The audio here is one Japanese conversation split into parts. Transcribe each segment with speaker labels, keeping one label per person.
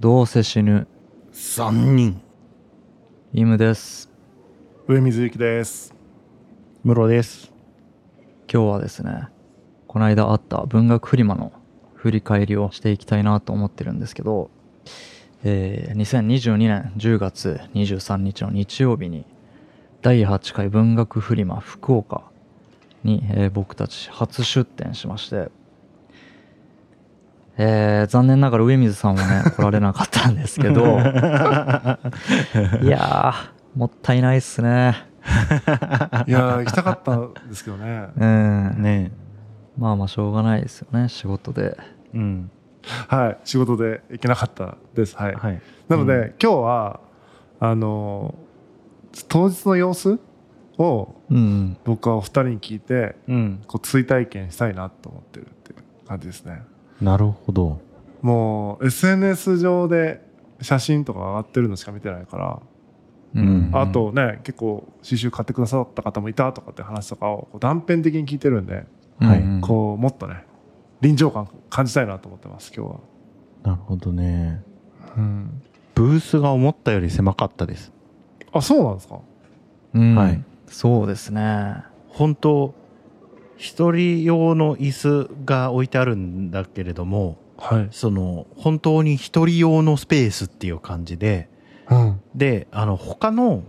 Speaker 1: どうせ死ぬ
Speaker 2: 3人
Speaker 1: イムです
Speaker 3: 上水幸です
Speaker 4: ムロです
Speaker 1: 今日はですねこの間あった文学フリマの振り返りをしていきたいなと思ってるんですけど、えー2022年10月23日の日曜日に第8回文学フリマ福岡に、えー僕たち初出展しまして、えー残念ながら上水さん はね来られなかったんですけどいやーもったいないっすね
Speaker 3: いやー行きたかったんですけどね
Speaker 1: うん
Speaker 4: ね
Speaker 1: まあまあしょうがないですよね仕事で
Speaker 4: えうん
Speaker 3: はい仕事で行けなかったですはい、
Speaker 4: はい
Speaker 3: なので、
Speaker 4: うん
Speaker 3: 今日はあのー当日の様子を
Speaker 1: うん
Speaker 3: 僕はお二人に聞いて
Speaker 4: うん
Speaker 3: こう追体験したいなと思ってるっていう感じですね
Speaker 4: なるほど
Speaker 3: もう SNS 上で写真とか上がってるのしか見てないから、
Speaker 4: うん
Speaker 3: あとね結構刺繍買ってくださった方もいたとかって話とかをこう断片的に聞いてるんで
Speaker 4: はい
Speaker 1: うん
Speaker 3: こうもっとね臨場感感じたいなと思ってます今日は、
Speaker 4: なるほどねブースが思ったより狭かったです
Speaker 3: あそうなんですか
Speaker 1: うん
Speaker 4: はい
Speaker 1: そうですね
Speaker 4: 本当一人用の椅子が置いてあるんだけれども
Speaker 3: はい、
Speaker 4: その本当に一人用のスペースっていう感じで
Speaker 3: うん、
Speaker 4: であの他の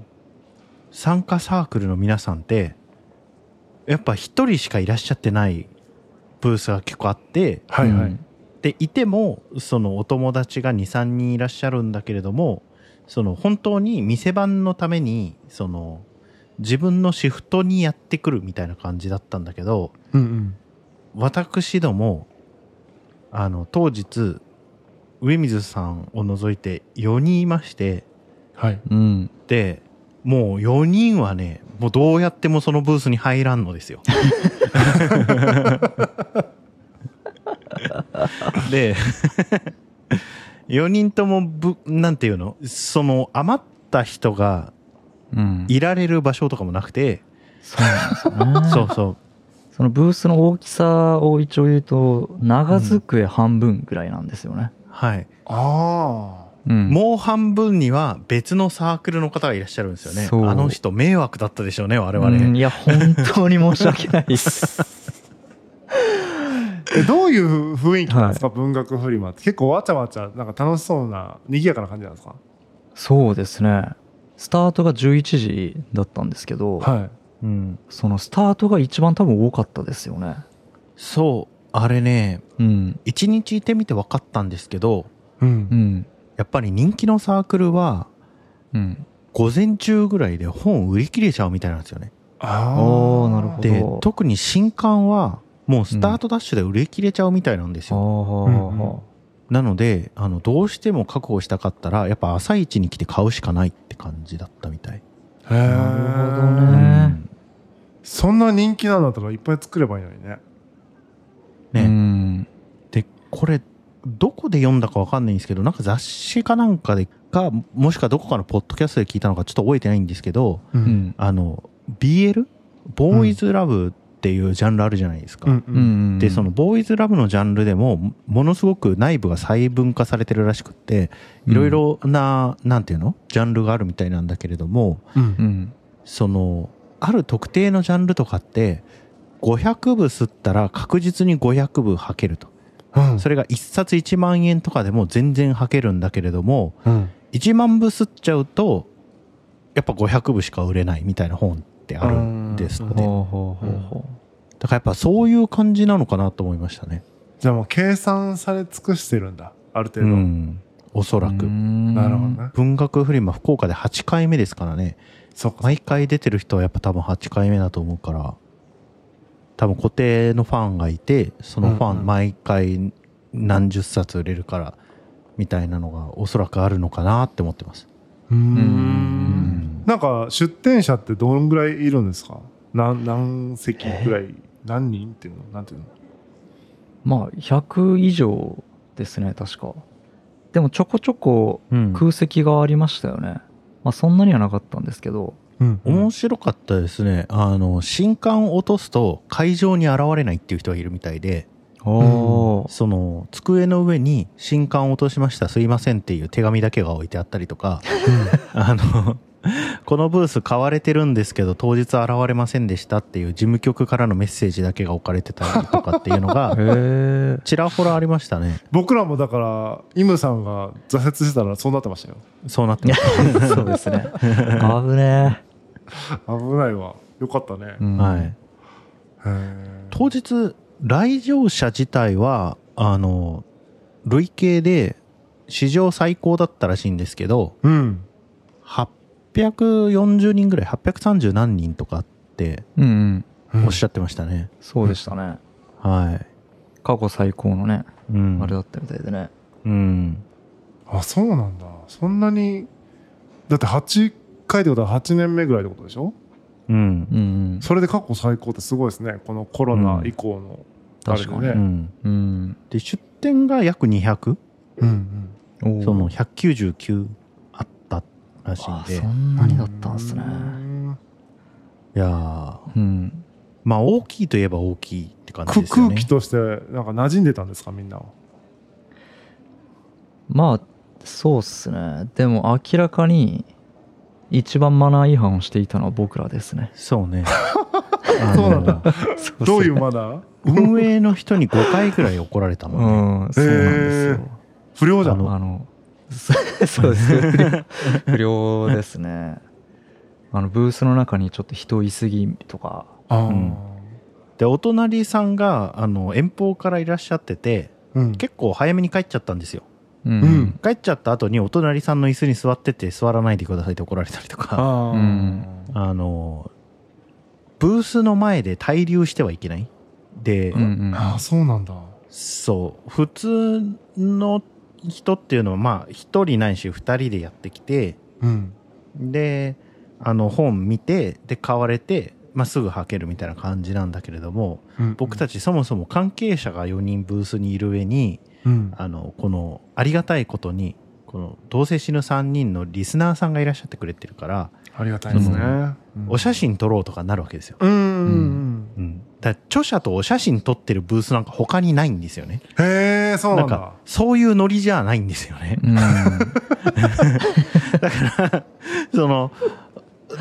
Speaker 4: 参加サークルの皆さんってやっぱ一人しかいらっしゃってないブースが結構あって
Speaker 3: はいは
Speaker 1: う
Speaker 3: い、
Speaker 1: ん
Speaker 4: でいてもそのお友達が23人いらっしゃるんだけれどもその本当に店番のためにその自分のシフトにやってくるみたいな感じだったんだけど
Speaker 3: うんうん
Speaker 4: 私どもあの当日上水さんを除いて4人いまして
Speaker 3: はい
Speaker 1: うん
Speaker 4: でもう4人はねもうどうやってもそのブースに入らんのです よ。で4人ともぶなんていうのその余った人が
Speaker 1: うん
Speaker 4: いられる場所とかもなくて、
Speaker 1: そうなんです
Speaker 4: そ
Speaker 1: よ
Speaker 4: う
Speaker 1: ね
Speaker 4: そう
Speaker 1: そのブースの大きさを一応言うと長机半分ぐらいなんですよね
Speaker 4: はい、
Speaker 3: あ
Speaker 1: うん
Speaker 4: もう半分には別のサークルの方がいらっしゃるんですよね
Speaker 1: そう
Speaker 4: あの人迷惑だったでしょうね我々、
Speaker 1: うんい や本当に申し訳ないです
Speaker 3: あえどういう雰囲気なんですか、文学フリマって結構わちゃわちゃなんか楽しそうな賑やかな感じなんですか
Speaker 1: そうですねスタートが11時だったんですけど、
Speaker 3: はい
Speaker 4: うん
Speaker 1: そのスタートが一番多分多かったですよね
Speaker 4: そうあれね
Speaker 1: うん
Speaker 4: 一日いてみて分かったんですけど
Speaker 3: うん
Speaker 1: うん
Speaker 4: やっぱり人気のサークルは
Speaker 1: うん
Speaker 4: 午前中ぐらいで本売り切れちゃうみたいなんですよね
Speaker 3: あ
Speaker 1: おーなるほど
Speaker 4: で特に新刊はもうスタートダッシュで売り切れちゃうみたいなんです
Speaker 1: あ
Speaker 4: よ、
Speaker 1: ー
Speaker 3: うんうん
Speaker 4: なのであのどうしても確保したかったらやっぱ朝一に来て買うしかないって感じだったみたい、
Speaker 3: へえ
Speaker 1: なるほどね
Speaker 3: そんな人気なんだったらいっぱい作ればいいのにね
Speaker 4: ね
Speaker 1: うん
Speaker 4: でこれどこで読んだかわかんないんですけどなんか雑誌かなんかでかもしくはどこかのポッドキャストで聞いたのかちょっと覚えてないんですけど
Speaker 3: う
Speaker 1: う、ん
Speaker 4: あの BL ボーイズラブっていうジャンルあるじゃないですか、
Speaker 3: うん
Speaker 1: うん
Speaker 3: う
Speaker 1: う
Speaker 3: ん
Speaker 1: ん
Speaker 4: でそのボーイズラブのジャンルでもものすごく内部が細分化されてるらしくっていろいろななんていうのジャンルがあるみたいなんだけれども
Speaker 3: うん
Speaker 1: うん
Speaker 4: そのある特定のジャンルとかって500部吸ったら確実に500部履けると
Speaker 3: うん
Speaker 4: それが1冊1万円とかでも全然履けるんだけれども
Speaker 3: うん
Speaker 4: 1万部吸っちゃうとやっぱ500部しか売れないみたいな本ってあるんですっ
Speaker 3: う
Speaker 4: て
Speaker 3: ん
Speaker 4: だ
Speaker 1: ほうほうほうほ
Speaker 4: からやっぱそういう感じなのかなと思いましたね
Speaker 3: じゃあもう計算され尽くしてるんだある程
Speaker 4: う
Speaker 3: 度、
Speaker 4: んおそうらく
Speaker 3: な
Speaker 1: な
Speaker 3: るほどね
Speaker 4: 文学フリマ福岡で8回目ですからね
Speaker 3: そっか
Speaker 4: 毎回出てる人はやっぱ多分8回目だと思うから多分固定のファンがいてそのファ
Speaker 3: うんう
Speaker 4: ン
Speaker 3: ん
Speaker 4: 毎回何十冊売れるからみたいなのがおそらくあるのかなって思ってます、
Speaker 3: うー
Speaker 1: うんん
Speaker 3: なんか出店者ってどんぐらいいるんですか何何席ぐらい何人っていうのなんていうの
Speaker 1: まあ100以上ですね確かでもちょこちょこ
Speaker 4: うん
Speaker 1: 空席がありましたよねまあそんなにはなかったんですけど
Speaker 3: うん
Speaker 4: 面白かったですねあの新刊を落とすと会場に現れないっていう人がいるみたいで
Speaker 1: あおー、
Speaker 4: その机の上に「新刊落としましたすいません」っていう手紙だけが置いてあったりとか あのこのブース買われてるんですけど当日現れませんでしたっていう事務局からのメッセージだけが置かれてたりとかっていうの が
Speaker 1: へえ
Speaker 4: ちらほらありましたね
Speaker 3: 僕らもだからイムさんが挫折してたらそうなってましたよ
Speaker 4: そうなってます
Speaker 1: そうですね危ね
Speaker 3: 危ないわよかったね
Speaker 1: え、う、ん
Speaker 4: はい
Speaker 3: へー
Speaker 4: 当日来場者自体はあの累計で史上最高だったらしいんですけど
Speaker 3: うん
Speaker 4: 840人ぐらい830何人とかあって
Speaker 1: うんうん
Speaker 3: うん
Speaker 4: おっしゃってましたね、
Speaker 1: そうでしたね
Speaker 4: はい、
Speaker 1: 過去最高のね
Speaker 4: うん、
Speaker 1: あれだったみたいでね
Speaker 4: うん
Speaker 3: あそうなんだそんなにだって8回ってことは8年目ぐらいってことでしょ
Speaker 4: うん
Speaker 1: うんうん
Speaker 3: それで過去最高ってすごいですねこのコロナ以降のあれ
Speaker 1: 確
Speaker 3: で
Speaker 1: かに
Speaker 3: ね
Speaker 4: う、ん
Speaker 1: うん
Speaker 4: で出店が約200
Speaker 3: うんうん
Speaker 1: おー
Speaker 4: その199あったらしいん
Speaker 1: あ
Speaker 4: で
Speaker 1: そんなにだったんですね
Speaker 3: うん
Speaker 4: いや
Speaker 1: う
Speaker 4: ー
Speaker 1: ん
Speaker 4: まあ大きいといえば大きいって感じ
Speaker 3: く
Speaker 4: ですよ
Speaker 3: 空
Speaker 4: ね
Speaker 3: 気としてなんか馴染んでたんですかみんなは
Speaker 1: まあそうっすねでも明らかに一番マナー違反をしていたのは僕らですね
Speaker 4: そ うね
Speaker 3: そうなんだ
Speaker 4: あの
Speaker 3: どういうマナー
Speaker 4: 運営の人に5回ぐらい怒られた
Speaker 1: う
Speaker 4: もんね、
Speaker 1: んそうなんですよ、
Speaker 3: 不良じゃ
Speaker 4: あ
Speaker 3: ん
Speaker 1: あの、 そそうです。 不良不良ですね。あの、ブースの中にちょっと人いすぎとか、
Speaker 3: あー
Speaker 4: うんでお隣さんがあの遠方からいらっしゃってて
Speaker 3: うん
Speaker 4: 結構早めに帰っちゃったんですよ
Speaker 1: うん
Speaker 3: うん
Speaker 4: 帰っちゃった後にお隣さんの椅子に座ってて座らないでくださいって怒られたりとか
Speaker 3: あ
Speaker 1: う
Speaker 3: ー
Speaker 1: ん
Speaker 4: あのブースの前で滞留してはいけないで、
Speaker 1: うんうん
Speaker 3: あーそうなんだ
Speaker 4: そう普通の人っていうのはまあ1人ないし2人でやってきて
Speaker 3: うん
Speaker 4: であの本見てで買われて、まあ、すぐ履けるみたいな感じなんだけれども僕た
Speaker 3: ち
Speaker 4: ちそもそも関係者が4人ブースにいる上に
Speaker 3: うん
Speaker 4: あのこのありがたいことにこのどうせ死ぬ3人のリスナーさんがいらっしゃってくれてるから
Speaker 3: ありがたいですね
Speaker 1: そ
Speaker 3: うん
Speaker 4: お写真撮ろうとかになるわけですよ、
Speaker 3: うんうん
Speaker 4: うん、だから著者とお写真撮ってるブースなんか他にないんですよね
Speaker 3: うんへえそうな
Speaker 4: な
Speaker 3: んん
Speaker 4: か
Speaker 3: だ
Speaker 4: そういうノリじゃないんですよ ね
Speaker 1: うん
Speaker 4: だから、その、で、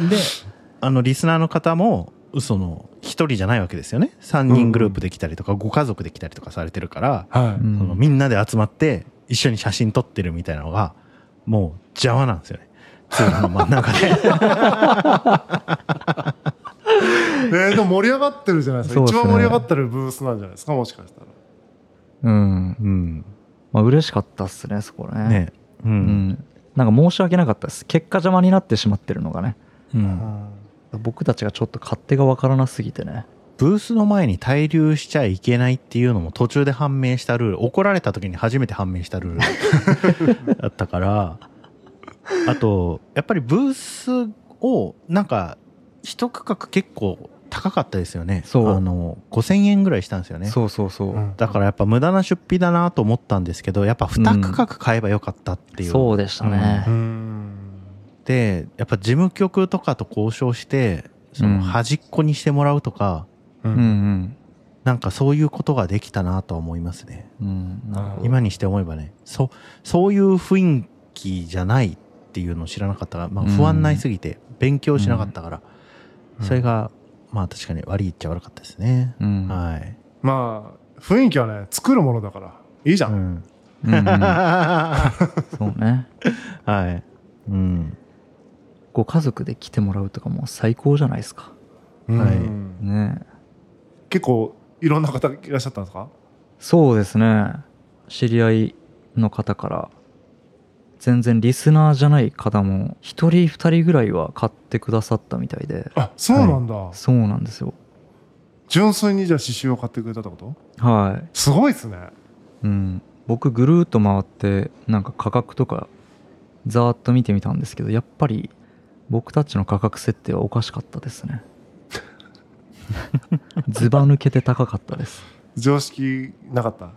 Speaker 4: あの、リスナーの方も、その、一人じゃないわけですよね。三人グループできたりとか、ご家族できたりとかされてるから、
Speaker 3: は
Speaker 1: う
Speaker 3: い
Speaker 1: ん
Speaker 4: そのみんなで集まって、一緒に写真撮ってるみたいなのが、もう邪魔なんですよね。通路の真ん中で。
Speaker 3: えーでも盛り上がってるじゃないですか
Speaker 1: そうで
Speaker 3: 一
Speaker 1: すね
Speaker 3: 番盛り上がってるブースなんじゃないですかもしかしたら
Speaker 1: うん。
Speaker 4: うん。
Speaker 1: まあ、嬉しかったっすね、そこね。
Speaker 4: ね。う。
Speaker 1: うんん。なんか申し訳なかったです。結果邪魔になってしまってるのがね。
Speaker 4: うん
Speaker 1: 僕たちがちょっと勝手がわからなすぎてね。
Speaker 4: ブースの前に滞留しちゃいけないっていうのも途中で判明したルール怒られた時に初めて判明したルー ルだったからあとやっぱりブースをなんか一区画結構高かったですよね
Speaker 1: そう
Speaker 4: あの5000円ぐらいしたんですよね
Speaker 1: そうそうそう。
Speaker 3: うん
Speaker 4: だからやっぱ無駄な出費だなと思ったんですけどやっぱ2区画買えばよかったっていう、
Speaker 1: そうでしたね
Speaker 3: う。ん
Speaker 4: でやっぱ事務局とかと交渉してそうの
Speaker 1: ん
Speaker 4: 端っこにしてもらうとか、
Speaker 3: う
Speaker 1: うんん
Speaker 4: なんかそういうことができたなとは思いますね
Speaker 1: うん。うん。なるほど
Speaker 4: 今にして思えばねそそういう雰囲気じゃないっていうのを知らなかったから、まあ、
Speaker 1: うん
Speaker 4: 不安になりすぎて勉強しなかったから、
Speaker 3: うん
Speaker 4: それがまあ確かに悪いっちゃ悪かったですね、
Speaker 1: うん。
Speaker 4: はい、
Speaker 3: まあ雰囲気はね作るものだからいいじゃ
Speaker 4: うん ん、
Speaker 1: うんうん
Speaker 4: は
Speaker 1: そうね。
Speaker 4: い、うん、
Speaker 1: ご家族で来てもらうとかもう最高じゃないですか。
Speaker 3: うん
Speaker 4: はい
Speaker 1: ねえ
Speaker 3: 結構いろんな方いらっしゃったんですか
Speaker 1: そうですね知り合いの方から全然リスナーじゃない方も1人2人ぐらいは買ってくださったみたいで
Speaker 3: あそうなんだ
Speaker 1: そうなんですよ
Speaker 3: 純粋にじゃあ刺繍を買ってくれたってこと
Speaker 1: は
Speaker 3: すごいですね
Speaker 1: い、うん、僕ぐるーっと回ってなんか価格とかざーっと見てみたんですけどやっぱり僕たちの価格設定はおかしかったです ねずば抜けて高かったです、
Speaker 3: 常識なかった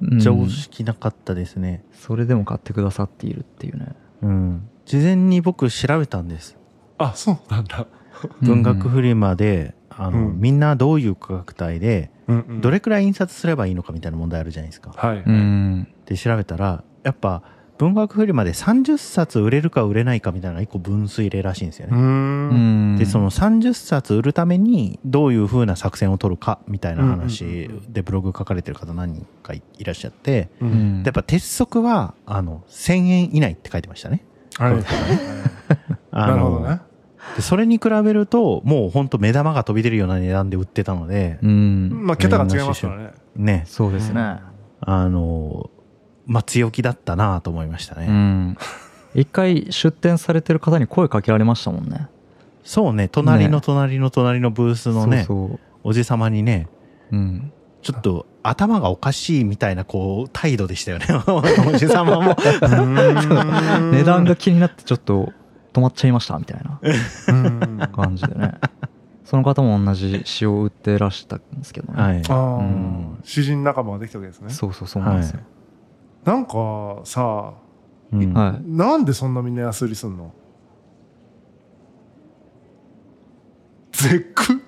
Speaker 1: うん
Speaker 4: 常識なかったですね、
Speaker 1: それでも買ってくださっているっていうね
Speaker 4: うん、事前に僕調べたんです
Speaker 3: あそうなんだ
Speaker 4: 文学フリマで、あの、
Speaker 3: うん
Speaker 4: みんなどういう価格帯で
Speaker 3: うんうん
Speaker 4: どれくらい印刷すればいいのかみたいな問題あるじゃないですか。
Speaker 3: はい、
Speaker 1: うん。
Speaker 4: で調べたらやっぱ文学フリマで30冊売れるか売れないかみたいなのが1個分水嶺らしいんですよ
Speaker 3: うー
Speaker 4: ね。
Speaker 3: ん
Speaker 1: うん。
Speaker 4: でその30冊売るためにどういう風な作戦を取るかみたいな話
Speaker 3: うんうん
Speaker 4: でブログ書かれてる方何人かいらっしゃって
Speaker 3: う
Speaker 1: うんん。
Speaker 4: でやっぱ鉄則はあの1000円以内って書いてましたね。
Speaker 3: はいはい
Speaker 4: あ
Speaker 3: な
Speaker 4: の
Speaker 3: るほどね
Speaker 4: でそれに比べるともうほんと目玉が飛び出るような値段で売ってたので、
Speaker 1: うん。
Speaker 3: まあ桁が違いますからね
Speaker 4: ね
Speaker 1: そうですね。
Speaker 4: あのまあ強気だったなと思いましたね。
Speaker 1: うん。一回出店されてる方に声かけられましたもんね。
Speaker 4: そうね隣の隣の隣のブースの
Speaker 1: そ
Speaker 4: ね
Speaker 1: うそう。
Speaker 4: おじさまにね
Speaker 1: うん。
Speaker 4: ちょっと頭がおかしいみたいなこう態度でしたよね おじさ まも
Speaker 1: 値
Speaker 3: 値
Speaker 1: 段が気になってちょっと止まっちゃいましたみたいな感じで ね。その方も同じ詩を売ってらしたんですけどね。
Speaker 4: はい
Speaker 3: あ
Speaker 1: うん
Speaker 3: あ詩人仲間ができたわけですね
Speaker 1: そうそうそうなんですよ。
Speaker 3: なんかさ
Speaker 4: うん
Speaker 1: はい。
Speaker 3: なんでそんなみんな安売りすん の絶句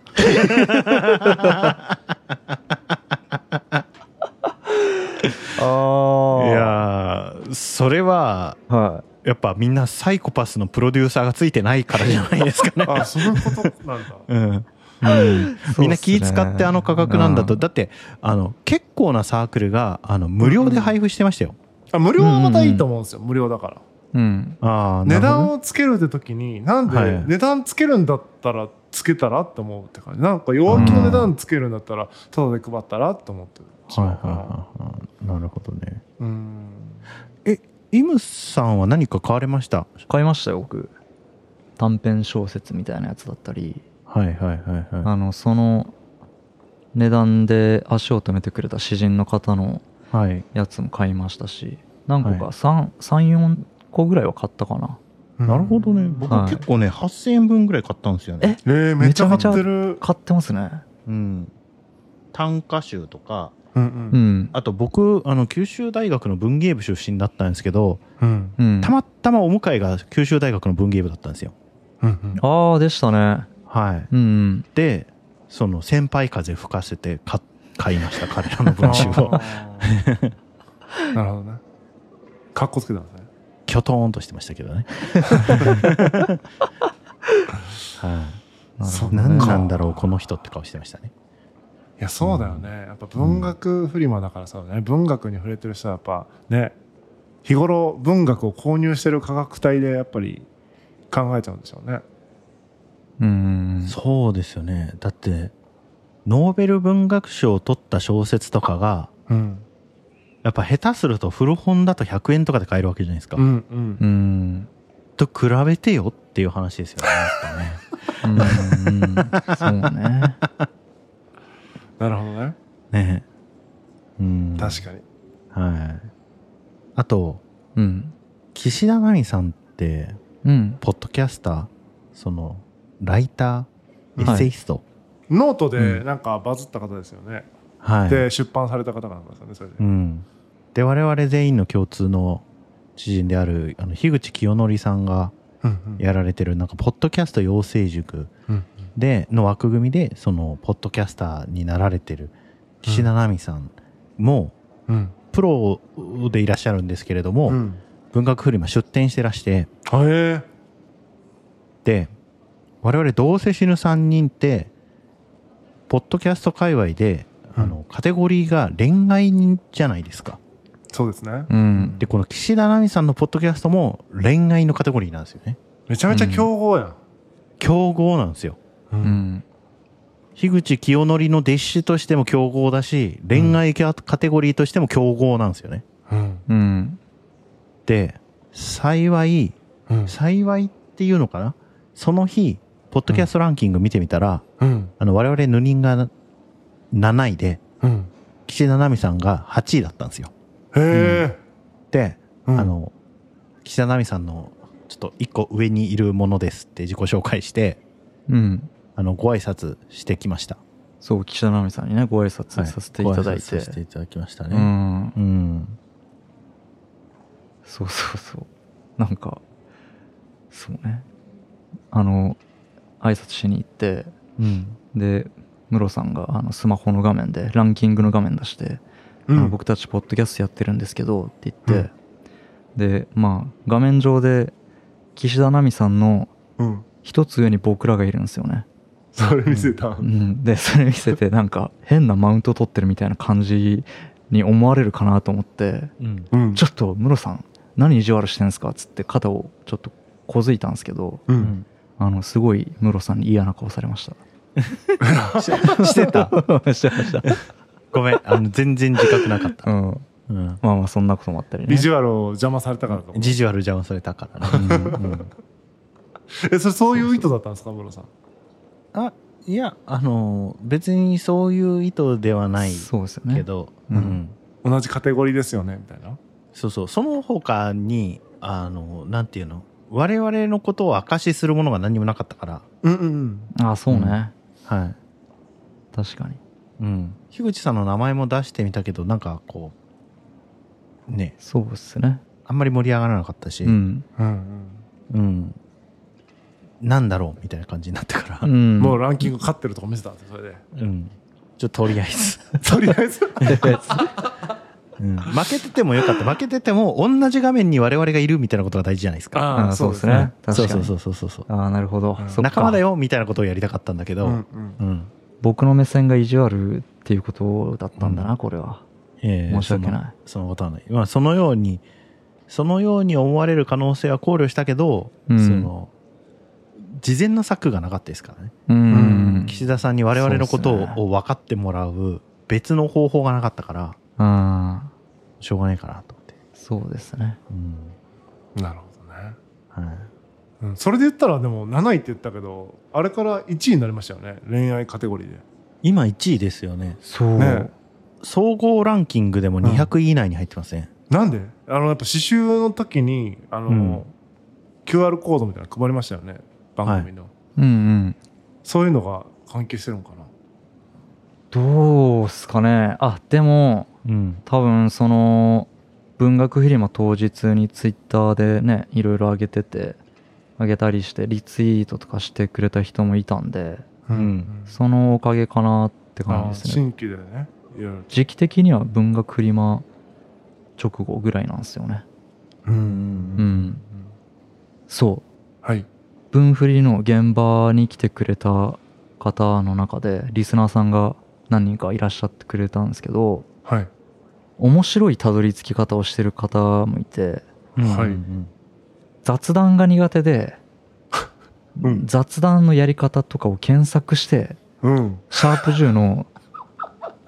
Speaker 1: あ
Speaker 4: いやーそれは
Speaker 1: は
Speaker 4: やっぱみんなサイコパスのプロデューサーがついてないからじゃない ですかね、
Speaker 3: あそういうことなんだ
Speaker 4: うん、
Speaker 1: い。うん
Speaker 4: みんな気使ってあの価格なんだと、
Speaker 1: うん
Speaker 4: だってあの結構なサークルがあの無料で配布してましたよ、
Speaker 3: あ無料はまたいいと思うんですよ無料だから
Speaker 1: うん。
Speaker 4: ああ
Speaker 3: 値段をつけるって時になんで
Speaker 4: はい
Speaker 3: 値段つけるんだったらつけたらって思うって感じなんか弱気の値段つけるんだったらただで配ったらって思ってし
Speaker 4: はい
Speaker 3: ま
Speaker 4: は
Speaker 3: うか
Speaker 4: い
Speaker 3: な
Speaker 4: はいはいなるほどね
Speaker 3: うん
Speaker 4: イムさんは何か買われました
Speaker 1: 買いましたよ、僕。短編小説みたいなやつだったり、
Speaker 4: はいはいはいは
Speaker 1: あの、その値段で足を止めてくれた詩人の方の
Speaker 4: いはい
Speaker 1: やつも買いましたし、何個
Speaker 4: は
Speaker 1: か、三三4個ぐらいは買ったかな。
Speaker 4: なるほどね僕
Speaker 1: はい
Speaker 4: 結構ね8000円分ぐらい買ったんですよね
Speaker 3: えー、めっちゃ買ってる
Speaker 1: 買ってますね。
Speaker 4: うん短歌集とか
Speaker 3: うん
Speaker 1: う
Speaker 3: うん
Speaker 1: ん。
Speaker 4: あと僕あの九州大学の文芸部出身だったんですけど
Speaker 3: うん
Speaker 1: うん、
Speaker 4: たまたまお向かいが九州大学の文芸部だったんですよ
Speaker 3: うん
Speaker 1: ああ、でしたね。
Speaker 4: はい
Speaker 1: うん。
Speaker 4: でその先輩風吹かせて買買いました 彼らの文集 を
Speaker 3: あーなるほどねかっこつけたんですね
Speaker 4: キョトーンとしてましたけどねは
Speaker 1: なるほ
Speaker 3: そ
Speaker 1: ど
Speaker 4: い
Speaker 1: ね
Speaker 4: 何なんだろうこの人って顔してましたね
Speaker 3: いやそうだよねやっぱ文学フリマだからさ、ね、文学に触れてる人はやっぱね日頃文学を購入してる価格帯でやっぱり考えちゃうんでしょうね
Speaker 1: うん。
Speaker 4: そうですよねだってノーベル文学賞を取った小説とかが
Speaker 3: うん
Speaker 4: やっぱ下手すると古本だと100円とかで買えるわけじゃないですか、
Speaker 3: うんうん
Speaker 1: うん。
Speaker 4: と比べてよっていう話ですよねやっぱ
Speaker 1: う
Speaker 4: ね
Speaker 1: ん。そうね。
Speaker 3: なるほどね
Speaker 4: ねえうん
Speaker 3: 確かに
Speaker 4: かはいあと
Speaker 1: うん。
Speaker 4: 岸田奈美さんって
Speaker 1: うん。
Speaker 4: ポッドキャスターそのライターエ
Speaker 1: はい
Speaker 4: ッセイスト
Speaker 3: ノートで
Speaker 1: うん
Speaker 3: なんかバズった方ですよね、
Speaker 4: はい、
Speaker 3: で出版された方なんですよねそれで
Speaker 4: うん、で我々全員の共通の知人であるあの樋口清則さんが
Speaker 3: うん
Speaker 4: やられてるなんかポッドキャスト養成塾
Speaker 3: うん
Speaker 4: での枠組みでそのポッドキャスターになられてる岸田奈美さんも
Speaker 3: うん
Speaker 4: プロでいらっしゃるんですけれども、
Speaker 3: うん
Speaker 4: 文学フリマ出展してらして
Speaker 3: あへえ
Speaker 4: で我々どうせ死ぬ3人ってポッドキャスト界隈で、
Speaker 3: うん
Speaker 4: あのカテゴリーが恋愛じゃないですか
Speaker 3: そうですね
Speaker 1: うん。
Speaker 4: でこの岸田奈美さんのポッドキャストも恋愛のカテゴリーなんですよね
Speaker 3: めちゃめちゃ競合やん、
Speaker 4: 競合なんですよ
Speaker 3: う
Speaker 1: うんん。
Speaker 4: 樋口清則の弟子としても競合だし恋愛カテゴリーとしても競合なんですよね
Speaker 3: うん
Speaker 1: うん。
Speaker 4: で幸い
Speaker 3: うん
Speaker 4: 幸いっていうのかなその日ポッドキャストランキング見てみたら、
Speaker 3: うん
Speaker 4: あの我々ヌニンが7位で
Speaker 3: うん
Speaker 4: 岸田奈美さんが8位だったんですよ
Speaker 3: へえ、
Speaker 4: で、
Speaker 3: うん
Speaker 4: あの岸田奈美さんのちょっと1個上にいるものですって自己紹介して
Speaker 1: うん。
Speaker 4: あのご挨拶してきました
Speaker 1: そう、岸田奈美さんにね、ご挨拶させていただいて。
Speaker 4: ご挨拶させていただきました
Speaker 1: う
Speaker 4: ね
Speaker 1: ん。
Speaker 4: うん、
Speaker 1: そうそうそう。なんか、そうね。あの、挨拶しに行って、
Speaker 4: ううん
Speaker 1: でムロさんがあのスマホの画面でランキングの画面出して
Speaker 3: う
Speaker 1: あの
Speaker 3: ん、
Speaker 1: 僕たちポッドキャストやってるんですけどって言って、でまあ画面上で岸田奈美さんの
Speaker 3: うん、
Speaker 1: 一つ上に僕らがいるんですよね、
Speaker 3: それ見せた、
Speaker 1: うん、でそれ見せてなんか変なマウント取ってるみたいな感じに思われるかなと思って
Speaker 4: うん
Speaker 3: うん
Speaker 1: 「ちょっとムロさん何意地悪してんすか?」っつって肩をちょっとこづいたんですけど
Speaker 3: う
Speaker 4: うんん
Speaker 1: あのすごいムロさんに嫌な顔されました
Speaker 4: してた
Speaker 1: してました、
Speaker 4: ごめんあの全然自覚なかっ た、
Speaker 1: うん、
Speaker 4: うん、
Speaker 1: まあまあそんなこともあったりね
Speaker 3: ビジュアルを邪魔されたからかも
Speaker 4: ジジュアル邪魔されたからね
Speaker 1: うんうん
Speaker 3: えそれそういう意図だったんですかムロさん
Speaker 4: あいやあの別にそういう意図ではない
Speaker 1: そうですよね
Speaker 4: けど、
Speaker 1: うん
Speaker 3: 同じカテゴリーですよねみたいな
Speaker 4: そうそうその他にあのなんていうの我々のことを証しするものが何もなかったから
Speaker 3: うんうん
Speaker 1: ああそうね、
Speaker 4: はい
Speaker 1: 確かに
Speaker 4: うん樋口さんの名前も出してみたけどなんかこうね
Speaker 1: そうっすね
Speaker 4: あんまり盛り上がらなかったし、
Speaker 1: うん、
Speaker 3: うんうん
Speaker 4: うんなんだろうみたいな感じになったか
Speaker 1: う
Speaker 4: ら、
Speaker 1: ん、
Speaker 3: もうランキング勝ってるとこ見せたんですよそれで
Speaker 4: うんちょっととりあえず、
Speaker 3: とりあえ ず
Speaker 4: うん負けててもよかった負けてても同じ画面に我々がいるみたいなことが大事じゃないですか
Speaker 1: ああそうですね確か
Speaker 4: そう
Speaker 1: に
Speaker 4: そうそうそうそうそう
Speaker 1: ああなるほど、
Speaker 3: うん
Speaker 1: そっか
Speaker 4: 仲間だよみたいなことをやりたかったんだけ
Speaker 3: う
Speaker 4: ど、
Speaker 3: んう
Speaker 4: うん
Speaker 3: ん
Speaker 1: 僕の目線が意地悪っていうことだったんだな、
Speaker 4: う
Speaker 1: これは
Speaker 4: ええ
Speaker 1: 申し訳ない
Speaker 4: そのそのことはない、まあ、そのようにそのように思われる可能性は考慮したけど、
Speaker 1: うん
Speaker 4: その事前の策がなかったですからね、
Speaker 1: うん、
Speaker 3: うん
Speaker 4: 岸田さんに我々のこ
Speaker 1: そ
Speaker 4: とを,、
Speaker 1: うっすね
Speaker 4: 分かってもらう別の方法がなかったから
Speaker 1: あ
Speaker 4: しょうがないかなと思って、
Speaker 1: ーそうですね
Speaker 4: うん
Speaker 3: なるほどね
Speaker 4: はい、
Speaker 3: うんそれで言ったらでも7位って言ったけどあれから1位になりましたよね恋愛カテゴリーで
Speaker 4: 今1位ですよね
Speaker 1: そう、
Speaker 3: ね
Speaker 4: 総合ランキングでも200位以内に入ってません、
Speaker 3: なんであのやっぱ刺繍の時にあの、
Speaker 4: うん
Speaker 3: QR コードみたいなの配りましたよね番組の、
Speaker 1: うんうん
Speaker 3: そういうのが関係してるのかな
Speaker 1: どうっすかねあでも
Speaker 4: うん
Speaker 1: 多分その文学フィリマ当日にツイッターでねいろいろ上げてて上げたりしてリツイートとかしてくれた人もいたんで
Speaker 3: うん
Speaker 1: そのおかげかなって
Speaker 3: あ
Speaker 1: 感
Speaker 3: ー
Speaker 1: じですね
Speaker 3: 新規でねいろいろ
Speaker 1: 時期的には文学フリマ直後ぐらいなんですよね
Speaker 3: うん
Speaker 1: うん、そう
Speaker 3: はい
Speaker 1: 文振りの現場に来てくれた方の中でリスナーさんが何人かいらっしゃってくれたんですけど
Speaker 3: はい
Speaker 1: 面白いたどり着き方をしてる方もいて
Speaker 3: はい
Speaker 4: うん
Speaker 1: 雑談が苦手で、
Speaker 3: うん
Speaker 1: 雑談のやり方とかを検索して
Speaker 3: うん
Speaker 1: シャープ10の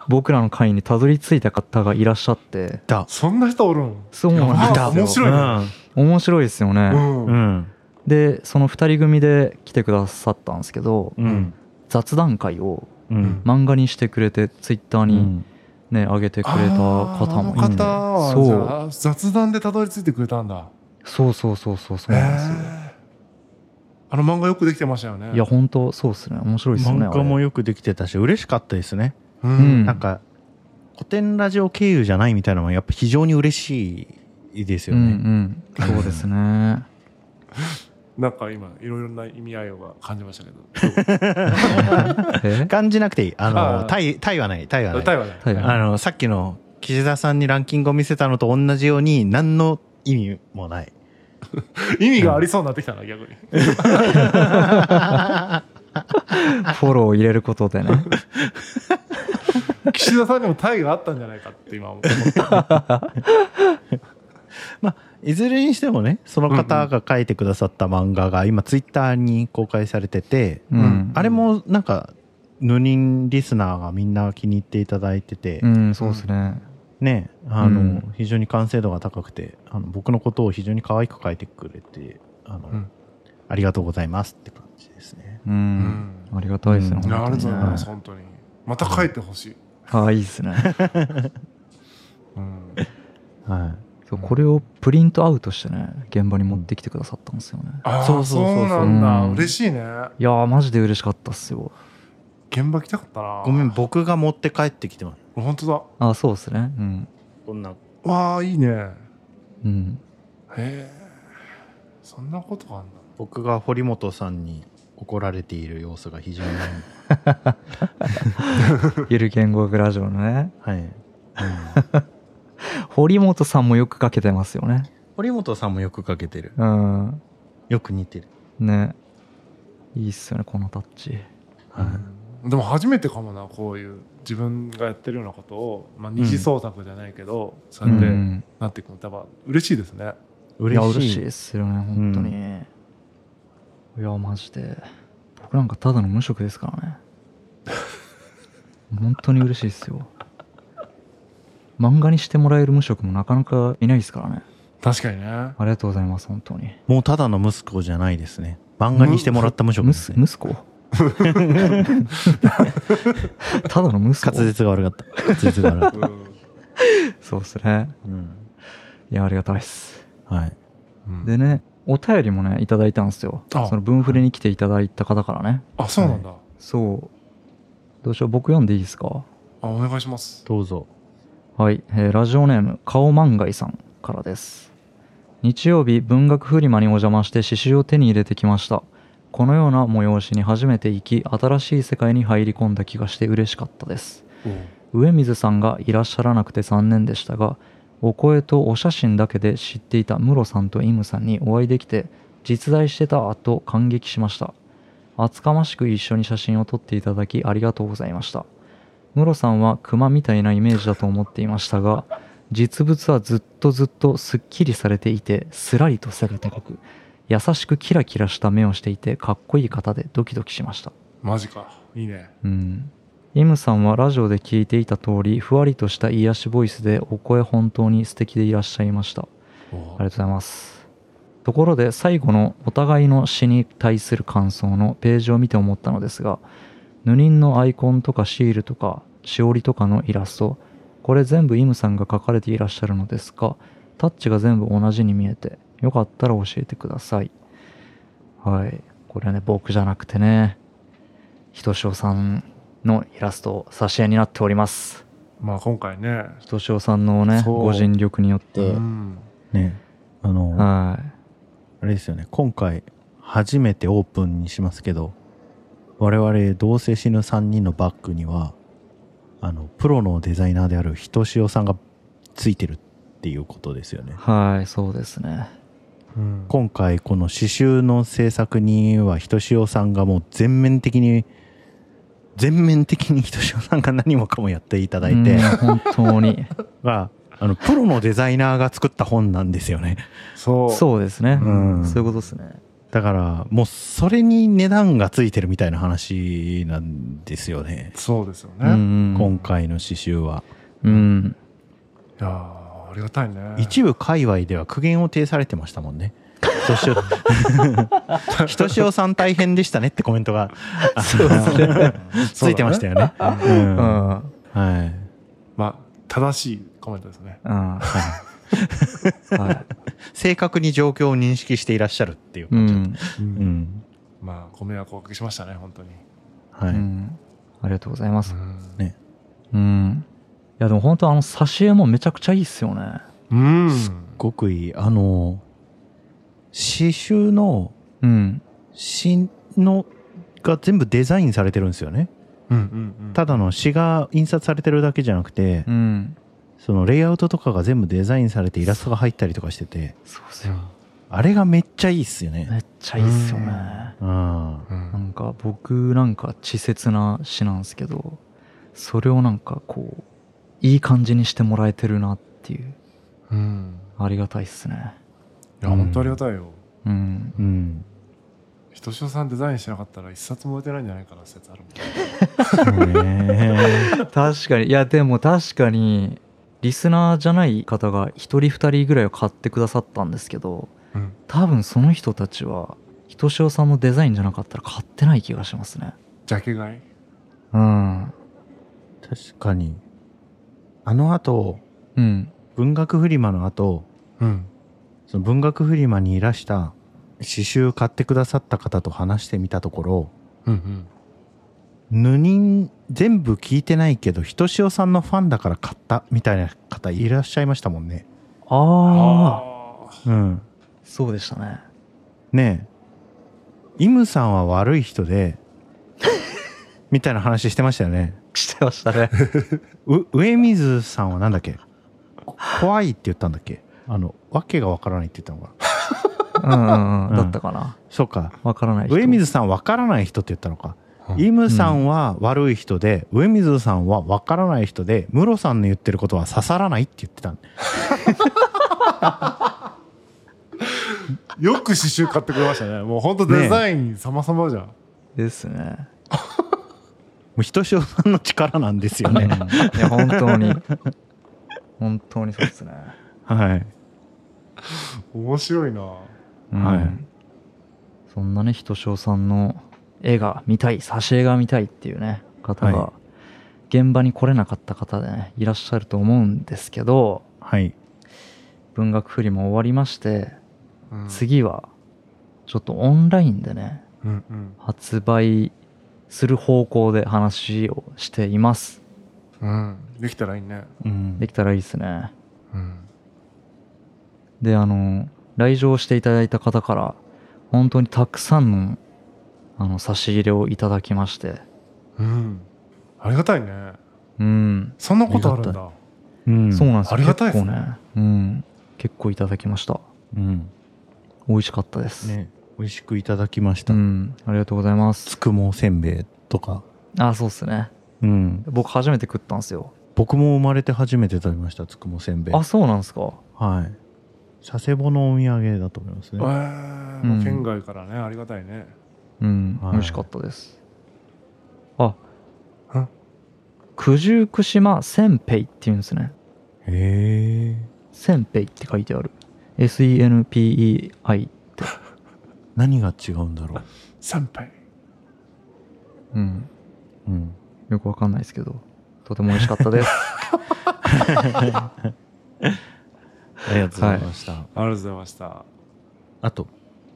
Speaker 1: 僕らの会にたどり着いた方がいらっしゃって
Speaker 4: だ
Speaker 3: そんな人おるん
Speaker 1: そうなん
Speaker 3: やば
Speaker 1: で
Speaker 3: 面
Speaker 1: すよ
Speaker 3: 白いね
Speaker 1: 面白いですよね、
Speaker 3: うん
Speaker 4: う
Speaker 3: うん
Speaker 4: ん
Speaker 1: でその2人組で来てくださったんですけど、
Speaker 4: うん
Speaker 1: 雑談会を
Speaker 4: うん
Speaker 1: 漫画にしてくれてツイッター
Speaker 4: う
Speaker 1: に
Speaker 4: ん
Speaker 1: ね、上げてくれた方もい
Speaker 3: あ
Speaker 1: て
Speaker 3: の方はじ
Speaker 1: そう
Speaker 3: ゃあ雑談でたどり着いてくれたんだ
Speaker 1: そうそうそうそうそうなんですよ、
Speaker 3: へーあの漫画よくできてましたよね
Speaker 1: いや本当そうっすね面白いっすよね
Speaker 4: 漫画も
Speaker 1: あれ
Speaker 4: よくできてたし嬉しかったですね、
Speaker 3: う
Speaker 1: うん
Speaker 3: ん
Speaker 4: なんか古典ラジオ経由じゃないみたいなのはやっぱ非常に嬉しいですよ
Speaker 1: うんう
Speaker 4: ね、
Speaker 1: んそうですね
Speaker 3: なんか今いろいろな意味合いを感じましたけど
Speaker 1: え
Speaker 4: 感じなくていいあ
Speaker 3: あ
Speaker 4: の
Speaker 3: ー
Speaker 4: タイタイはないタイはない
Speaker 3: 歌はね
Speaker 1: はい
Speaker 4: あのさっきの岸田さんにランキングを見せたのと同じように何の意味もない
Speaker 3: 意味がありそうになってきたな逆に
Speaker 1: フォローを入れることでね
Speaker 3: 岸田さんにも大があったんじゃないかって今思って
Speaker 4: いずれにしてもねその方が書いてくださった漫画が今ツイッターに公開されてて、
Speaker 1: うん、うん
Speaker 4: あれもなんかヌニンリスナーがみんな気に入っていただいてて、
Speaker 1: そうっすね
Speaker 4: ねあの、
Speaker 1: うん
Speaker 4: 非常に完成度が高くてあの僕のことを非常に可愛く描いてくれてあの、
Speaker 3: うん
Speaker 4: ありがとうございますって感じですね
Speaker 1: う、
Speaker 3: うんん
Speaker 1: ありがたいですね、
Speaker 4: うん
Speaker 3: いやあ
Speaker 1: 本
Speaker 3: り
Speaker 1: 当
Speaker 3: がと
Speaker 1: に
Speaker 3: うございます本当にまた書いてほしい
Speaker 1: ああいいっすね
Speaker 3: うん
Speaker 4: は
Speaker 1: そうこれをプリントアウトしてね現場に持ってきてくださったんですよね
Speaker 3: あー
Speaker 4: そうそうそうそう
Speaker 3: そうな
Speaker 1: うんん
Speaker 3: だ嬉しいね
Speaker 1: いやーマジで嬉しかったっすよ
Speaker 3: 現場来たかったない
Speaker 4: ごめん僕が持って帰ってきてます
Speaker 3: 本当だ
Speaker 1: あそうっすねうん
Speaker 4: こんな
Speaker 3: わあいいねへ
Speaker 1: うん
Speaker 3: えそんなことがあんだ
Speaker 4: 僕が堀本さんにこ怒られている様子が非常に、
Speaker 1: ゆる言語学ラジオのね
Speaker 4: はいうん、
Speaker 1: 堀本さんもよくかけてますよね
Speaker 4: 堀本さんもよくかけてる
Speaker 1: うん
Speaker 4: よく似てる、
Speaker 1: ねいいっすよねこのタッチ
Speaker 4: はい
Speaker 3: でも初めてかもなこういう自分がやってるようなことを、まあ、二次創作じゃないけど、そうやっ
Speaker 1: う
Speaker 3: て
Speaker 1: ん
Speaker 3: なっていくのってやっぱ嬉しいですね。
Speaker 1: いや
Speaker 4: 嬉
Speaker 1: 嬉
Speaker 4: しい
Speaker 1: しいっすよね本当に、いやマジで僕なんかただの無職ですからね 本当に嬉しいっすよ漫画にしてもらえる無職もなかなかいないですからね
Speaker 3: 確かにね。
Speaker 1: ありがとうございます本当に
Speaker 4: もうただの息子じゃないですね漫画にしてもらった無職
Speaker 1: む
Speaker 4: ですすね
Speaker 1: 息子 ただの息子
Speaker 4: 滑舌が悪かった滑舌が悪かっ
Speaker 3: うん
Speaker 1: そうっすね
Speaker 4: た、うん
Speaker 1: いやありがたいっす
Speaker 4: はい
Speaker 3: うん
Speaker 1: でねお便りもねいただいたんですよ
Speaker 3: あ
Speaker 1: その文振りに来ていただいた方からね
Speaker 3: あそうなんだ、
Speaker 1: そうどうしよう僕読んでいいですか
Speaker 3: あお願いします。
Speaker 4: どうぞ
Speaker 1: はい、えーラジオネーム顔漫画さんからです日曜日文学フリマにお邪魔して刺繍を手に入れてきましたこのような催しに初めて行き新しい世界に入り込んだ気がして嬉しかったです上水さんがいらっしゃらなくて残念でしたがお声とお写真だけで知っていたムロさんとイムさんにお会いできて実在してたと感激しました厚かましく一緒に写真を撮っていただきありがとうございましたムロさんは熊みたいなイメージだと思っていましたが実物はずっとずっとすっきりされていてすらりと背が高く優しくキラキラした目をしていてかっこいい方でドキドキしました
Speaker 3: マジかいいね。
Speaker 1: うん。イムさんはラジオで聞いていた通り、ふわりとした癒しボイスでお声本当に素敵でいらっしゃいました。ありがとうございます。ところで最後のお互いの詩に対する感想のページを見て思ったのですが、ヌリンのアイコンとかシールとか、しおりとかのイラスト、これ全部イムさんが書かれていらっしゃるのですが、タッチが全部同じに見えて、よかったら教えてください。はい。これはね、僕じゃなくてね、ひとしおさんのイラスト、挿絵になっております。
Speaker 3: まあ今回ね。
Speaker 1: ひとしおさんのね、
Speaker 3: そう
Speaker 1: ご尽力によって、
Speaker 3: うん
Speaker 4: ねあの、
Speaker 1: はい。
Speaker 4: あれですよね今回初めてオープンにしますけど我々どうせ死ぬ3人のバッグにはあのプロのデザイナーであるひとしおさんがついてるっていうことですよね
Speaker 1: はい、そうですね。
Speaker 3: うん
Speaker 4: 今回この刺繍の制作にはひとしおさんがもう全面的に全面的にひとしおさんが何もかもやっていただい
Speaker 1: う
Speaker 4: て、
Speaker 1: ん本当に。
Speaker 4: があのプロのデザイナーが作った本なんですよね
Speaker 3: そう
Speaker 1: そうですね。
Speaker 4: うん
Speaker 1: そういうことですね。
Speaker 4: だからもうそれに値段がついてるみたいな話なんですよね
Speaker 3: そうですよね。
Speaker 1: う
Speaker 3: い
Speaker 1: ん
Speaker 4: 今回の刺繍は、
Speaker 1: うん。
Speaker 3: やーありがたいね。
Speaker 4: 一部界隈では苦言を呈されてましたもんねひとし おひとしおさん大変でしたねってコメントがあ のついてましたよねうん
Speaker 1: うん。
Speaker 4: はい
Speaker 3: まあ正しいコメントですね。
Speaker 1: うん。は
Speaker 4: 正確に状況を認識していらっしゃるっていう
Speaker 1: い。う
Speaker 4: 感じだっ
Speaker 1: ん。
Speaker 3: う
Speaker 4: た
Speaker 3: ん
Speaker 4: うん
Speaker 3: まあご迷惑をおかけしましたね本当に。
Speaker 4: は
Speaker 1: う
Speaker 4: い
Speaker 1: んありがとうございます。
Speaker 3: う
Speaker 4: ね
Speaker 1: うん。いや、でも本当あの、挿絵もめちゃくちゃいいっすよね。
Speaker 3: ん。
Speaker 4: 極意あの刺繍の
Speaker 1: うん。
Speaker 4: 芯のが全部デザインされてるんですよね
Speaker 3: うんうんうん。
Speaker 4: ただの詩が印刷されてるだけじゃなくて、
Speaker 1: うん。
Speaker 4: そのレイアウトとかが全部デザインされてイラストが入ったりとかしてて
Speaker 1: そうっすよ。
Speaker 4: あれがめっちゃいいっすよね
Speaker 1: めっちゃいいっすよね。
Speaker 4: うん
Speaker 3: う。
Speaker 1: なんんか僕なんか稚拙な詩なんですけど、それをなんかこう、いい感じにしてもらえてるなっていう、
Speaker 3: うん。
Speaker 1: ありがたいっすね。
Speaker 3: いや本当ありがたいよ。
Speaker 1: うん。
Speaker 4: うん
Speaker 3: ひとしおさんデザインしなかったら一冊も売れてないんじゃないかな説あるもん。
Speaker 4: そう ね
Speaker 1: 確かにいやでも確かにリスナーじゃない方が1人2人ぐらいを買ってくださったんですけど
Speaker 3: うん
Speaker 1: 多分その人たちはひとしおさんのデザインじゃなかったら買ってない気がしますね
Speaker 3: ジャケ買い。
Speaker 1: うん
Speaker 4: 確かにあの後
Speaker 1: うん
Speaker 4: 文学フリマの後
Speaker 3: うん。
Speaker 4: その文学フリマにいらした刺繍買ってくださった方と話してみたところ
Speaker 3: うんうん。
Speaker 4: ヌニン全部聞いてないけどひとしおさんのファンだから買ったみたいな方いらっしゃいましたもんね
Speaker 1: ああ
Speaker 3: あ
Speaker 4: うん
Speaker 1: そうでしたね
Speaker 4: ねえイムさんは悪い 人でみたいな話してましたよね
Speaker 1: してましたね。
Speaker 4: う上水さんはなんだっけこ怖いって言ったんだっけあの訳がわからないって言ったのかな
Speaker 1: うんうんう
Speaker 4: う
Speaker 1: んん。だったかな。
Speaker 4: そうか
Speaker 1: わからない人。
Speaker 4: 上水さんわからない人って言ったのか
Speaker 3: うん
Speaker 4: イムさんは悪い人で、上水さんはわからない人でムロさんの言ってることは刺さらないって言ってたん
Speaker 3: よく刺繍買ってくれましたねもう本当デザイン様々じゃん、
Speaker 1: ですね。
Speaker 4: もう人潮さんの力なんですよ
Speaker 1: うん
Speaker 4: ね。
Speaker 1: いや、本当に。本当にそうですね。
Speaker 4: はい。
Speaker 3: 面白いな
Speaker 1: うん
Speaker 4: はい
Speaker 1: そんなね、ひとしおさんの絵が見たい、挿絵が見たいっていうね、方が、
Speaker 4: は
Speaker 1: 現場に来れなかった方でね、いらっしゃると思うんですけど、
Speaker 4: はい。
Speaker 1: 文学フリも終わりまして、
Speaker 3: うん
Speaker 1: 次は、ちょっとオンラインでね、
Speaker 3: うんうん
Speaker 1: 発売する方向で話をしています。
Speaker 3: うんできたらいいね
Speaker 4: うん
Speaker 1: できたらいいですね。
Speaker 3: うん
Speaker 1: で、あの、来場していただいた方から、本当にたくさんの、あの、差し入れをいただきまして、
Speaker 3: うんありがたいね
Speaker 1: うん、
Speaker 3: そんなことあるん
Speaker 4: あり
Speaker 3: だ
Speaker 4: うん
Speaker 1: そうなんですよ
Speaker 3: ありがたいですね
Speaker 1: 結構ね、うん、結構いただきました
Speaker 4: うん。
Speaker 1: 美味しかったです、
Speaker 4: ね、美味しくいただきまし
Speaker 1: う
Speaker 4: た。
Speaker 1: んありがとうございます
Speaker 4: つくもせんべいとか。
Speaker 1: あそうっすね
Speaker 4: うん。
Speaker 1: 僕初めて食ったんですよ
Speaker 4: 僕も生まれて初めて食べました、つくもせんべい。
Speaker 1: あそうなんですか
Speaker 4: はい。佐世保のお土産だと思います
Speaker 3: え
Speaker 4: ね。
Speaker 3: ー
Speaker 1: うん
Speaker 3: 県外からねありがたいね
Speaker 1: うん、
Speaker 4: はい
Speaker 1: 美味しかったですあ
Speaker 3: ん
Speaker 1: 九十九島せんぺいっていうんですね
Speaker 4: へえ。
Speaker 1: せんぺいって書いてある SENPEI
Speaker 4: 何が違うんだろ
Speaker 3: 三杯
Speaker 1: うん
Speaker 4: う。うん。
Speaker 1: よくわかんないですけどとても美味しかったです
Speaker 4: ありがとうございました。
Speaker 3: ありがとうございました
Speaker 4: あと、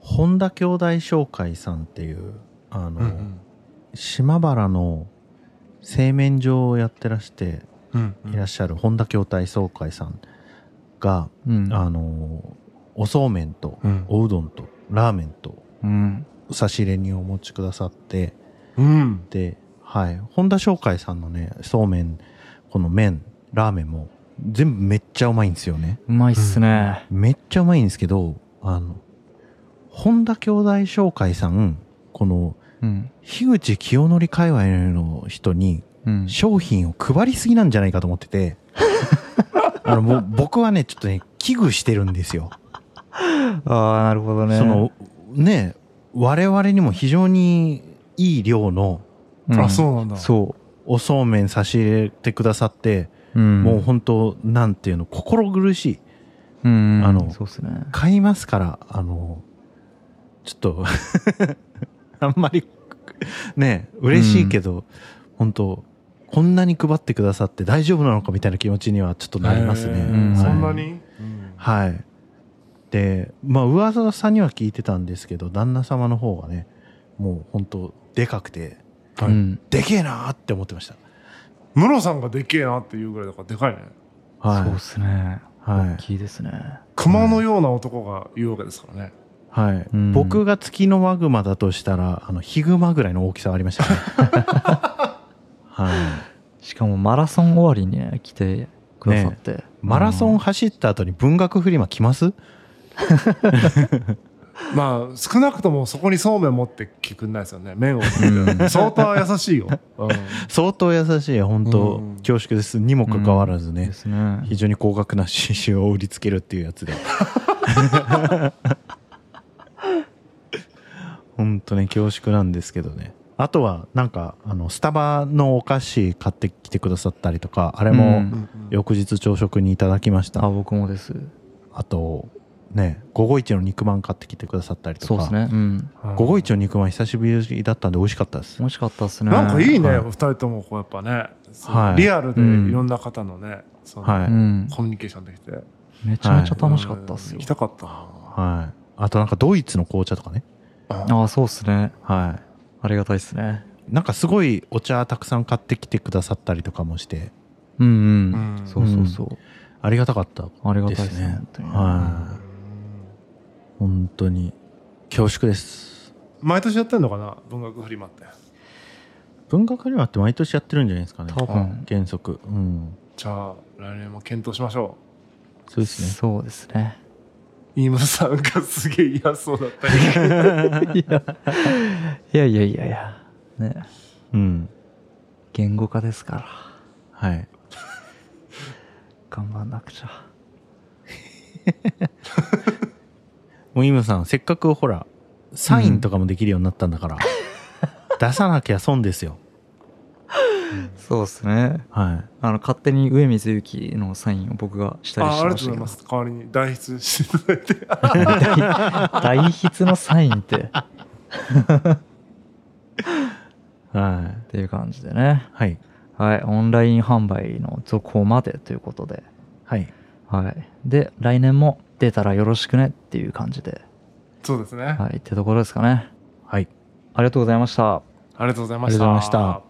Speaker 4: 本田兄弟紹介さんっていう、あの、島原の製麺所をやってらして、
Speaker 3: うん
Speaker 4: いらっしゃる本田兄弟総会さんが、
Speaker 1: うん
Speaker 4: あのおそうめんと
Speaker 3: うん
Speaker 4: おうどんとラーメンと
Speaker 1: うん
Speaker 4: 差し入れにお持ちくださって
Speaker 3: うん
Speaker 4: で、はい、本田商会さんのねそうめんこの麺ラーメンも全部めっちゃうまいんですよね
Speaker 1: うまいっすね
Speaker 4: めっちゃうまいんですけどあの本田兄弟商会さんこの
Speaker 1: うん
Speaker 4: 樋口清則界隈の人に
Speaker 1: うん
Speaker 4: 商品を配りすぎなんじゃないかと思ってて あのもう僕はねちょっとね危惧してるんですよ、
Speaker 1: ああなるほどね
Speaker 4: そのね我々にも非常にいい量の
Speaker 1: うん
Speaker 3: あそうなんだ
Speaker 1: そ
Speaker 4: おそうめん差し入れてくださって、
Speaker 1: う、うん
Speaker 4: もう本当なんていうの心苦しい
Speaker 1: うん
Speaker 4: あの
Speaker 1: そうっすね
Speaker 4: 買いますからあのちょっと あんまりね嬉しいけど、本当こんなに配ってくださって大丈夫なのかみたいな気持ちにはちょっとなりますね、
Speaker 3: へー
Speaker 1: うん
Speaker 4: はい
Speaker 3: そんなにうん
Speaker 4: はい。で、まあ、噂さんには聞いてたんですけど、旦那様の方がね、もう本当でかくて、
Speaker 3: はい
Speaker 1: うん
Speaker 4: でけえなーって思ってました。
Speaker 3: ムロさんがでけえなっていうぐらいだからでかいね
Speaker 1: そう
Speaker 4: は
Speaker 1: っすね
Speaker 4: い。は
Speaker 1: 大きいですね
Speaker 3: 熊のような男が言うわけですからね
Speaker 4: い。はい。
Speaker 1: うん
Speaker 4: 僕が月のマグマだとしたら、あの、ヒグマぐらいの大きさありました ね。はい。
Speaker 1: しかもマラソン終わりにね来てくださって、
Speaker 4: マラソン走った後に文学フリマ来ます
Speaker 3: まあ少なくともそこにそうめん持ってきてくんないですよね麺を持って
Speaker 1: うん、うん
Speaker 3: 相当優しいよ、うん
Speaker 4: 相当優しい、本当
Speaker 3: うん
Speaker 4: 恐縮です。にもかかわらず
Speaker 1: で
Speaker 4: ね、
Speaker 1: すね
Speaker 4: 非常に高額な刺繍を売りつけるっていうや つでほんとね恐縮なんですけどねあとはなんかあのスタバのお菓子買ってきてくださったりとかあれ
Speaker 1: う
Speaker 4: も
Speaker 1: ん
Speaker 4: 翌日朝食にいただきました、
Speaker 1: あ僕もです
Speaker 4: あとね551の肉まん買ってきてくださったりとか
Speaker 1: そうですねうん
Speaker 4: 551の肉まん久しぶりだったんで美味しかったです
Speaker 1: 美味しかったっすね
Speaker 3: なんかいいね、
Speaker 4: はい
Speaker 3: お二人ともこうやっぱね、
Speaker 4: はい
Speaker 3: リアルでいろんな方のね、その
Speaker 4: はい、
Speaker 1: うん、
Speaker 3: コミュニケーションできて
Speaker 1: めちゃめちゃ楽しかったっす
Speaker 3: うん
Speaker 1: よ
Speaker 3: 行き、たかった
Speaker 4: はい、あとなんかドイツの紅茶とかね
Speaker 3: な
Speaker 1: ああそうっすね
Speaker 4: はい
Speaker 1: ありがたいっすね
Speaker 4: なんかすごいお茶たくさん買ってきてくださったりとかもして
Speaker 1: うんう
Speaker 3: うん
Speaker 1: ん、
Speaker 3: うん
Speaker 1: そうそうそう、
Speaker 4: ありがたかった
Speaker 1: ありが
Speaker 4: で
Speaker 1: たいっ
Speaker 4: す
Speaker 1: すね
Speaker 4: ね
Speaker 1: 本当に
Speaker 4: はい本当に恐縮です
Speaker 3: 毎年やってんのかな文学フリマって
Speaker 4: 文学フリマって毎年やってるんじゃないですかね
Speaker 1: 多分
Speaker 4: 原則うん
Speaker 3: じゃあ来年も検討しましょ
Speaker 4: そうですね
Speaker 1: そうですね
Speaker 3: う飯村さんがすげえ嫌そうだったり
Speaker 1: いやいやいやいやいやね
Speaker 4: うん
Speaker 1: 言語化ですから
Speaker 4: はい
Speaker 1: 頑張んなくちゃ
Speaker 4: もう今さんせっかくほらサインとかもできるようになったんだ から、出さなきゃ損ですよ
Speaker 1: そうですね
Speaker 4: は
Speaker 1: あの勝手に上水ゆきのサインを僕がしたり
Speaker 3: ああ
Speaker 1: し
Speaker 3: りが
Speaker 1: ま
Speaker 3: と
Speaker 1: し
Speaker 3: う
Speaker 1: た
Speaker 3: ご
Speaker 1: けど
Speaker 3: ざいます代わりに代筆していただいて
Speaker 1: 大大筆のサインって っ
Speaker 4: いはい
Speaker 1: ていう感じでね
Speaker 4: はい
Speaker 1: はいオンライン販売の続報までということで
Speaker 4: はい
Speaker 1: はいで来年も出たらよろしくねっていう感じで
Speaker 3: そうですね、
Speaker 1: はいってところですかね
Speaker 4: はい
Speaker 1: ありがとうございました
Speaker 3: ありがとうござい
Speaker 4: ありがとうございました